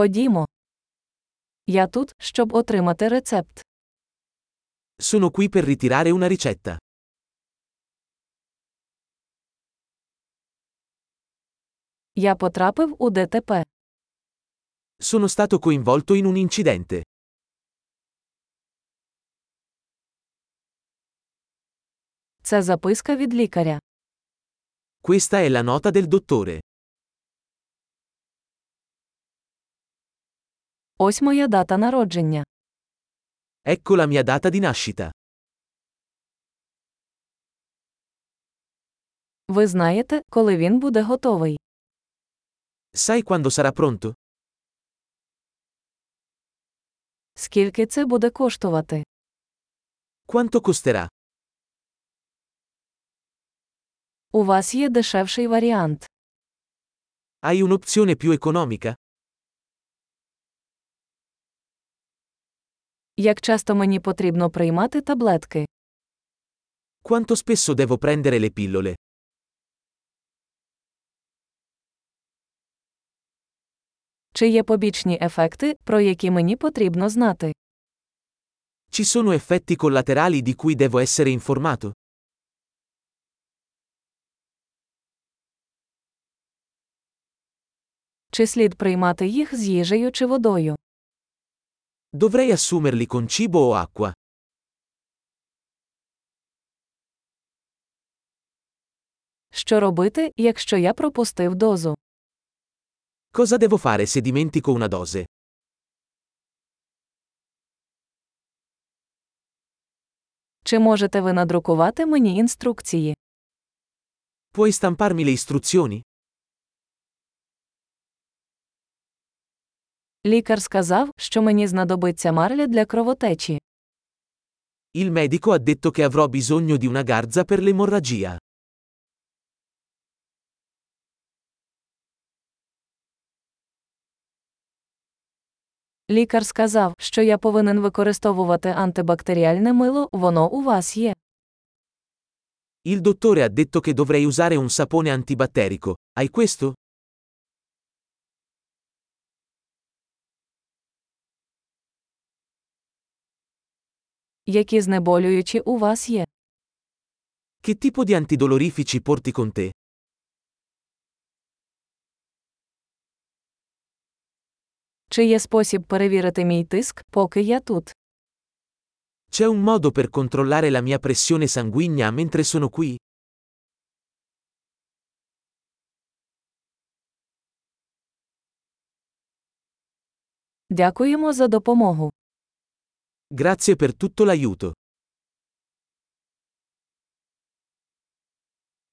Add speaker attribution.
Speaker 1: Ходімо. Я тут, щоб отримати рецепт.
Speaker 2: Sono qui per ritirare una ricetta.
Speaker 1: Я потрапив у ДТП.
Speaker 2: Sono stato coinvolto in un incidente.
Speaker 1: Це записка від лікаря.
Speaker 2: Questa è la nota del dottore.
Speaker 1: Ось моя дата народження.
Speaker 2: Ecco la mia data di nascita.
Speaker 1: Ви знаєте, коли він буде готовий.
Speaker 2: Sai quando sarà pronto?
Speaker 1: Скільки це буде коштувати?
Speaker 2: Quanto costerà?
Speaker 1: У вас є дешевший варіант.
Speaker 2: Hai un'opzione più economica?
Speaker 1: Як часто мені потрібно приймати таблетки?
Speaker 2: Quanto spesso devo prendere le pillole?
Speaker 1: Чи є побічні ефекти, про які мені потрібно знати?
Speaker 2: Ci sono effetti collaterali di cui devo essere informato?
Speaker 1: Чи слід приймати їх з їжею чи водою?
Speaker 2: Dovrei assumerli con cibo o acqua?
Speaker 1: Що робити, якщо я пропустив дозу?
Speaker 2: Cosa devo fare se dimentico una dose?
Speaker 1: Чи можете ви надрукувати мені інструкції?
Speaker 2: Puoi stamparmi le istruzioni?
Speaker 1: Лікар сказав, що мені знадобиться марля для кровотечі.
Speaker 2: Il medico ha detto che avrò bisogno di una garza per l'emorragia.
Speaker 1: Лікар сказав, що я повинен використовувати антибактеріальне мило, воно у вас є.
Speaker 2: Il dottore ha detto che dovrei usare un sapone antibatterico. Hai questo?
Speaker 1: Які знеболюючі у вас є?
Speaker 2: Che tipo di antidolorifici porti con te?
Speaker 1: Чи є спосіб перевірити мій тиск, поки я тут?
Speaker 2: C'è un modo per controllare la mia pressione sanguigna mentre sono qui?
Speaker 1: Дякуємо за допомогу.
Speaker 2: Grazie per tutto l'aiuto.